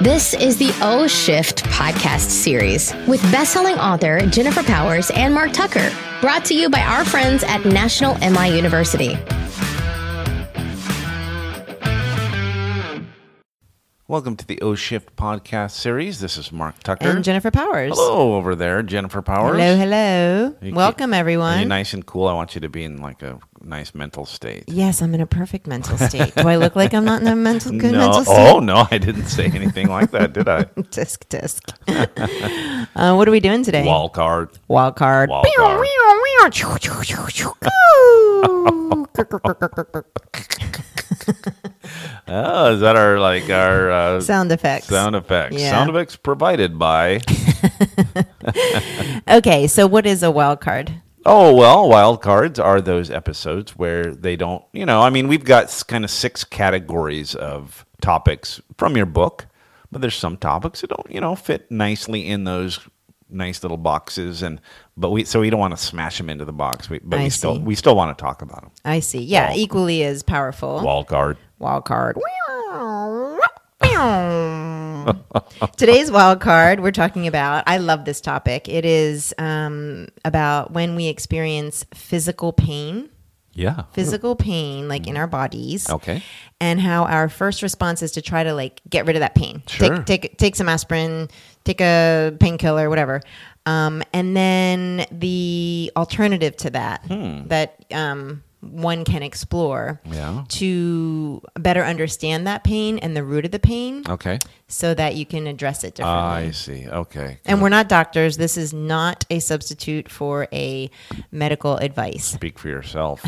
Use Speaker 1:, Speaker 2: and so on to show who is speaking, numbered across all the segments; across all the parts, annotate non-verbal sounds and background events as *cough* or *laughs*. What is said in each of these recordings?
Speaker 1: This is the O Shift podcast series with bestselling author Jennifer Powers and Mark Tucker, brought to you by our friends at National MI University.
Speaker 2: Welcome to the O Shift podcast series. This is Mark Tucker.
Speaker 3: and Jennifer Powers.
Speaker 2: Hello over there, Jennifer Powers.
Speaker 3: hello. hello.
Speaker 2: You keep-
Speaker 3: Welcome,
Speaker 2: Are you
Speaker 3: everyone.
Speaker 2: nice and cool? I want you to be in like a nice mental state.
Speaker 3: Yes, I'm in a perfect mental state. Do I look like I'm not in a mental good
Speaker 2: no, *laughs*
Speaker 3: mental
Speaker 2: oh
Speaker 3: state?
Speaker 2: no, I didn't say anything like that, did
Speaker 3: *laughs*
Speaker 2: I?
Speaker 3: Disc, disc. uh, what are we doing today?
Speaker 2: Wall card.
Speaker 3: Wild card.
Speaker 2: Wild card. *laughs* Oh, is that our like our uh,
Speaker 3: Sound effects.
Speaker 2: sound effects?
Speaker 3: Yeah.
Speaker 2: Sound effects provided by.
Speaker 3: okay, so what is a wild card?
Speaker 2: Oh, well, wild cards are those episodes where they don't, you know, I mean, we've got kind of six categories of topics from your book, but there's some topics that don't, you know, fit nicely in those nice little boxes and but we so we don't want to smash them into the box we, but
Speaker 3: I
Speaker 2: we still
Speaker 3: see.
Speaker 2: we still want to talk about them
Speaker 3: I see. Yeah,
Speaker 2: Wild-
Speaker 3: equally as powerful.
Speaker 2: wild card
Speaker 3: wild card. Today's wild card, we're talking about, I love this topic. It is um, about when we experience physical pain,
Speaker 2: yeah
Speaker 3: physical pain, like in our bodies.
Speaker 2: Okay.
Speaker 3: And how our first response is to try to like get rid of that pain.
Speaker 2: Sure.
Speaker 3: Take, take, take some aspirin, take a painkiller, whatever. Um, and then the alternative to that, that um, one can explore
Speaker 2: Hmm. yeah
Speaker 3: to better understand that pain and the root of the pain
Speaker 2: okay
Speaker 3: so that you can address it differently.
Speaker 2: i see okay
Speaker 3: and we're not doctors. This is not a substitute for a medical advice.
Speaker 2: speak for yourself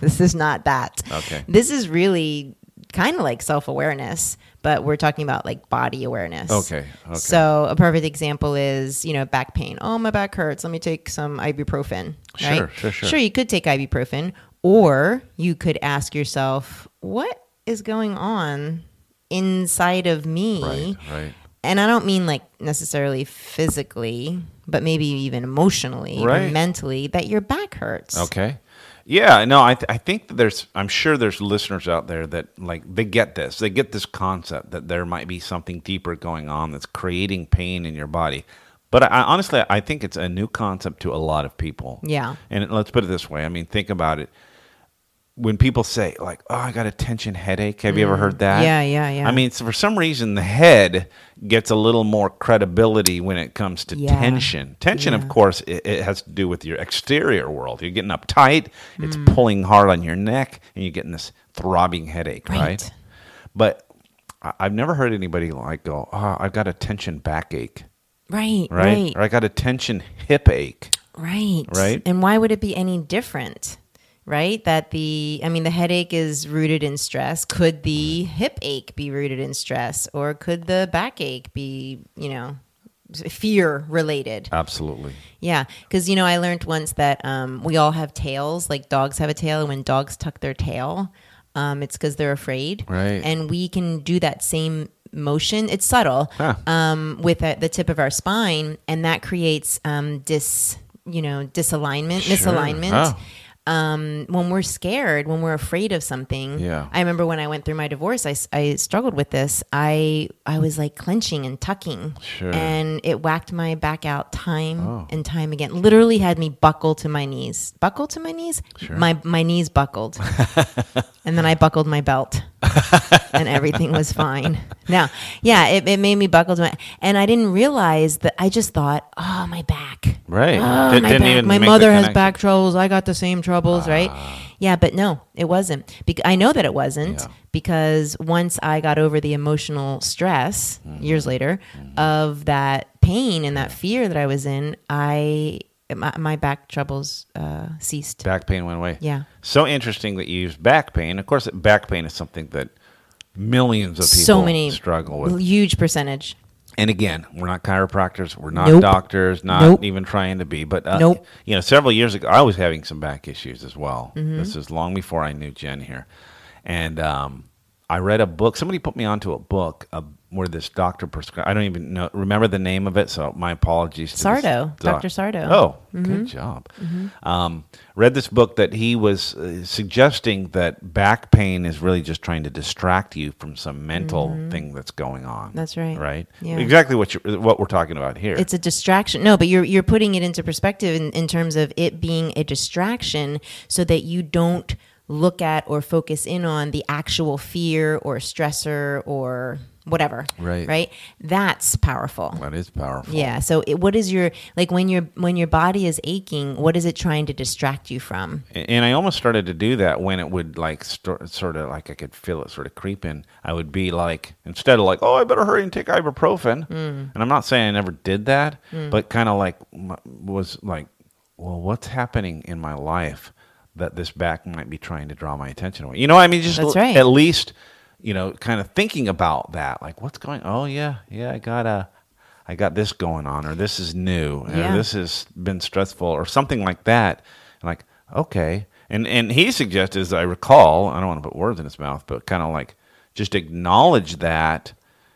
Speaker 3: This is not that.
Speaker 2: Okay.
Speaker 3: This is really kind of like self awareness, but we're talking about like body awareness.
Speaker 2: Okay, okay.
Speaker 3: So a perfect example is, you know, back pain. Oh, my back hurts. Let me take some ibuprofen. right?
Speaker 2: Sure, sure, sure.
Speaker 3: Sure, you could take ibuprofen, or you could ask yourself, what is going on inside of me?
Speaker 2: right right
Speaker 3: and I don't mean like necessarily physically, but maybe even emotionally or
Speaker 2: Right.
Speaker 3: mentally that your back hurts.
Speaker 2: Okay. Yeah, no, I, th- I think that there's, I'm sure there's listeners out there that like, they get this. They get this concept that there might be something deeper going on that's creating pain in your body. But I, I honestly, I think it's a new concept to a lot of people.
Speaker 3: Yeah.
Speaker 2: And let's put it this way I mean, think about it. When people say, like, oh, I got a tension headache, have you ever heard that?
Speaker 3: Mm. Yeah, yeah, yeah.
Speaker 2: I mean, it's, for some reason, the head gets a little more credibility when it comes to
Speaker 3: Yeah.
Speaker 2: tension. Tension, of
Speaker 3: Yeah.
Speaker 2: course, it, it has to do with your exterior world. You're getting uptight, it's
Speaker 3: Mm.
Speaker 2: pulling hard on your neck, and you're getting this throbbing headache, right?
Speaker 3: Right.
Speaker 2: But I, I've never heard anybody like go, oh, I've got a tension backache,
Speaker 3: Right,
Speaker 2: right?
Speaker 3: right,
Speaker 2: Or I got a tension hip ache.
Speaker 3: right,
Speaker 2: Right.
Speaker 3: And why would it be any different? Right? That the, I mean, the headache is rooted in stress. Could the hip ache be rooted in stress? Or could the backache be, you know, fear related?
Speaker 2: Absolutely.
Speaker 3: Yeah, because you know, I learned once that um, we all have tails. Like dogs have a tail, and when dogs tuck their tail, um, it's because they're afraid.
Speaker 2: Right.
Speaker 3: And we can do that same motion. It's subtle
Speaker 2: Huh.
Speaker 3: um, with uh the tip of our spine, and that creates um, dis, you know, disalignment, misalignment.
Speaker 2: Oh.
Speaker 3: Um, when we're scared, when we're afraid of something,
Speaker 2: Yeah.
Speaker 3: I remember when I went through my divorce, I, s- I struggled with this. I I was like clenching and tucking,
Speaker 2: Sure. Oh.
Speaker 3: and it whacked my back out time and time again. Literally had me buckle to my knees, buckle to my knees. My my
Speaker 2: *laughs*
Speaker 3: knees buckled, and then I buckled my belt, and everything was fine. Now, yeah, it, it made me buckle to my, and I didn't realize that. I just thought, oh, my back.
Speaker 2: Right.
Speaker 3: Oh,
Speaker 2: Didn't-
Speaker 3: my
Speaker 2: didn't
Speaker 3: back.
Speaker 2: even
Speaker 3: my
Speaker 2: make the
Speaker 3: mother has
Speaker 2: connection. Ah.
Speaker 3: back troubles. I got the same troubles, right? Yeah, but no, it wasn't. Bec I know that it wasn't
Speaker 2: Yeah.
Speaker 3: because once I got over the emotional stress
Speaker 2: Mm-hmm.
Speaker 3: years later of that pain and that fear that I was in, I my, my back troubles uh, ceased.
Speaker 2: Back pain went away.
Speaker 3: Yeah.
Speaker 2: So interesting that you use back pain. Of course, back pain is something that millions of people
Speaker 3: So many
Speaker 2: struggle with.
Speaker 3: huge percentage.
Speaker 2: And again, we're not chiropractors, we're not
Speaker 3: Nope.
Speaker 2: doctors, not
Speaker 3: Nope.
Speaker 2: even trying to be. But uh,
Speaker 3: Nope.
Speaker 2: you know, several years ago, I was having some back issues as well.
Speaker 3: Mm-hmm.
Speaker 2: This is long before I knew Jen here, and um, I read a book. Somebody put me onto a book uh, where this doctor prescribed. I don't even know remember the name of it, so my apologies. To this
Speaker 3: Sardo,
Speaker 2: doc-
Speaker 3: Dr. Sardo.
Speaker 2: Oh,
Speaker 3: Mm-hmm.
Speaker 2: good job. Um, read this book that he was uh, suggesting that back pain is really just trying to distract you from some mental thing that's going on.
Speaker 3: Mm-hmm. That's right.
Speaker 2: Right.
Speaker 3: Yeah.
Speaker 2: Exactly what you what we're talking about here.
Speaker 3: It's a distraction. No, but you're you're putting it into perspective in, in terms of it being a distraction so that you don't look at or focus in on the actual fear or stressor or whatever.
Speaker 2: Right.
Speaker 3: Right? That's powerful.
Speaker 2: that is powerful.
Speaker 3: Yeah. So it, what is your like when your when your body is aching, what is it trying to distract you from?
Speaker 2: and I almost started to do that when it would like st- sort of like I could feel it sort of creeping. I would be like instead of like oh I better hurry and take ibuprofen,
Speaker 3: Mm.
Speaker 2: and I'm not saying I never did that, but kind of like m- was like well what's happening in my life that this back might be trying to draw my attention away. You know what I mean just
Speaker 3: That's
Speaker 2: l-
Speaker 3: right.
Speaker 2: at least you know kind of thinking about that like what's going oh yeah yeah I got to I got this going on, or this is new,
Speaker 3: Yeah.
Speaker 2: or this has been stressful, or something like that. And like, okay. And and he suggested, as I recall, I don't want to put words in his mouth, but kind of like just acknowledge that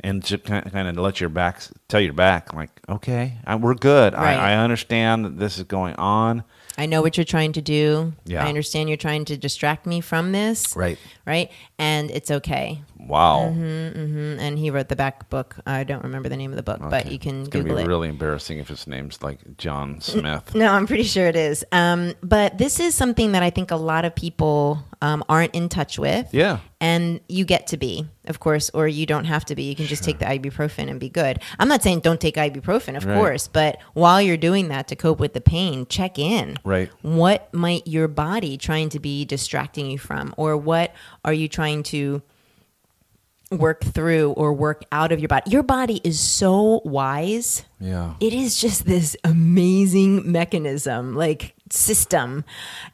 Speaker 2: and just kind of let your back s- tell your back, like, okay, I, we're good.
Speaker 3: Right.
Speaker 2: I, I understand that this is going on.
Speaker 3: I know what you're trying to do.
Speaker 2: Yeah.
Speaker 3: I understand you're trying to distract me from this.
Speaker 2: Right.
Speaker 3: Right? And it's okay. Mm,
Speaker 2: Wow.
Speaker 3: Mm-hmm. and he wrote the back book. I don't remember the name of the book, but you can
Speaker 2: it's gonna
Speaker 3: Google
Speaker 2: be
Speaker 3: it.
Speaker 2: really embarrassing if his name's like
Speaker 3: *laughs*
Speaker 2: John Smith.
Speaker 3: no, I'm pretty sure it is. Um, but this is something that I think a lot of people um, aren't in touch with.
Speaker 2: Yeah.
Speaker 3: And you get to be, of course, or you don't have to be. You can just take the ibuprofen and be good. I'm not saying don't take ibuprofen, of
Speaker 2: Right.
Speaker 3: course, but while you're doing that to cope with the pain, check in.
Speaker 2: Right.
Speaker 3: What might your body trying to be distracting you from, or what are you trying to? work through or work out of your body. Your body is so wise.
Speaker 2: Yeah.
Speaker 3: It is just this amazing mechanism, like system.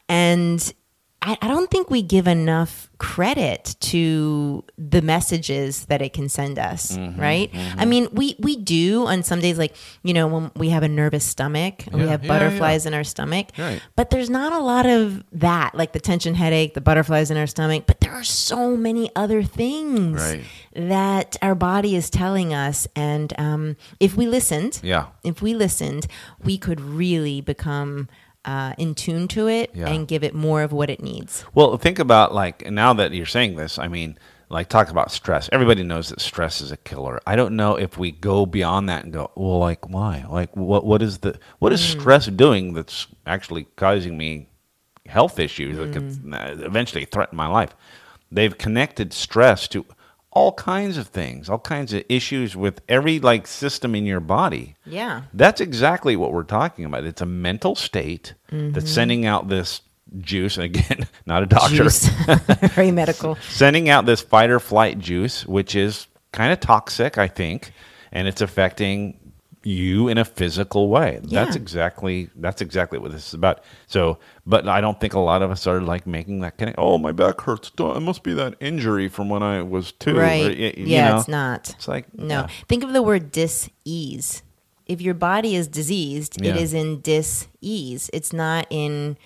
Speaker 3: And I, I don't think we give enough credit to the messages that it can send us,
Speaker 2: Mm-hmm,
Speaker 3: right? I mean, we we do on some days, like, you know, when we have a nervous stomach, and we
Speaker 2: Yeah.
Speaker 3: have
Speaker 2: Yeah, yeah.
Speaker 3: butterflies in our stomach.
Speaker 2: Right.
Speaker 3: But there's not a lot of that, like the tension headache, the butterflies in our stomach. But there are so many other things
Speaker 2: Right.
Speaker 3: that our body is telling us. And um, if we listened,
Speaker 2: Yeah.
Speaker 3: if we listened, we could really become uh, in tune to it
Speaker 2: Yeah.
Speaker 3: and give it more of what it needs.
Speaker 2: Well, think about like now that you're saying this, I mean, like talk about stress. Everybody knows that stress is a killer. I don't know if we go beyond that and go, well, like why? Like what what is the what is stress doing that's actually causing me health issues that could uh, eventually threaten my life? They've connected stress to all kinds of things, all kinds of issues with every like system in your body.
Speaker 3: Yeah.
Speaker 2: That's exactly what we're talking about. It's a mental state
Speaker 3: Mm-hmm.
Speaker 2: that's sending out this juice. And again, *laughs* not a doctor.
Speaker 3: Juice. *laughs* Very medical.
Speaker 2: *laughs* Sending out this fight or flight juice, which is kind of toxic, I think, and it's affecting you in a physical way. That's
Speaker 3: Yeah.
Speaker 2: exactly that's exactly what this is about. So, but I don't think a lot of us are like making that connection. Oh, my back hurts. Don't- It must be that injury from when I was two. or,
Speaker 3: Right.
Speaker 2: y- you
Speaker 3: yeah,
Speaker 2: know?
Speaker 3: it's not.
Speaker 2: It's like
Speaker 3: No.
Speaker 2: yeah.
Speaker 3: Think of the word dis-ease. If your body is diseased,
Speaker 2: Yeah.
Speaker 3: it is in dis-ease. It's not in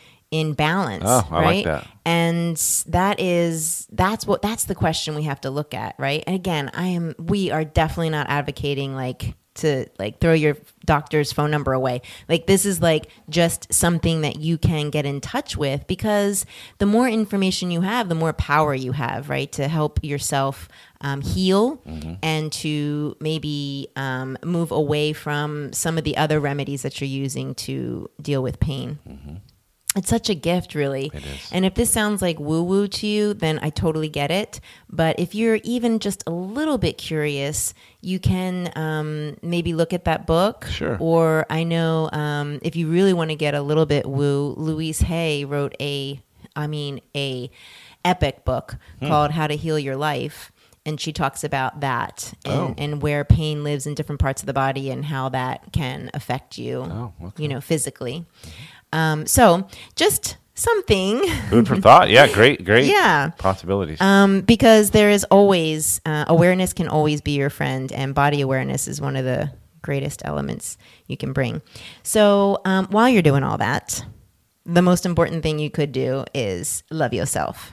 Speaker 3: in balance.
Speaker 2: Oh, I like
Speaker 3: right?
Speaker 2: that.
Speaker 3: And that is that's what that's the question we have to look at, right? And again, I am we are definitely not advocating like to like throw your doctor's phone number away. Like this is like just something that you can get in touch with because the more information you have, the more power you have, right, to help yourself um, heal
Speaker 2: Mm-hmm.
Speaker 3: and to maybe um, move away from some of the other remedies that you're using to deal with pain. It's such a gift, really. It is. And if this sounds like woo woo to you, then I totally get it. But if you're even just a little bit curious, you can um, maybe look at that book.
Speaker 2: Sure.
Speaker 3: Or I know um, if you really want to get a little bit woo, Louise Hay wrote a, I mean, a epic book
Speaker 2: Hmm.
Speaker 3: called How to Heal Your Life. And she talks about that and,
Speaker 2: Oh.
Speaker 3: and where pain lives in different parts of the body and how that can affect you,
Speaker 2: Oh, okay.
Speaker 3: you know, physically. Um, so just something, *laughs*
Speaker 2: food for thought. Yeah, great, great.
Speaker 3: Yeah.
Speaker 2: possibilities.
Speaker 3: um, because there is always uh, awareness can always be your friend, and body awareness is one of the greatest elements you can bring. So um, while you're doing all that, the most important thing you could do is love yourself.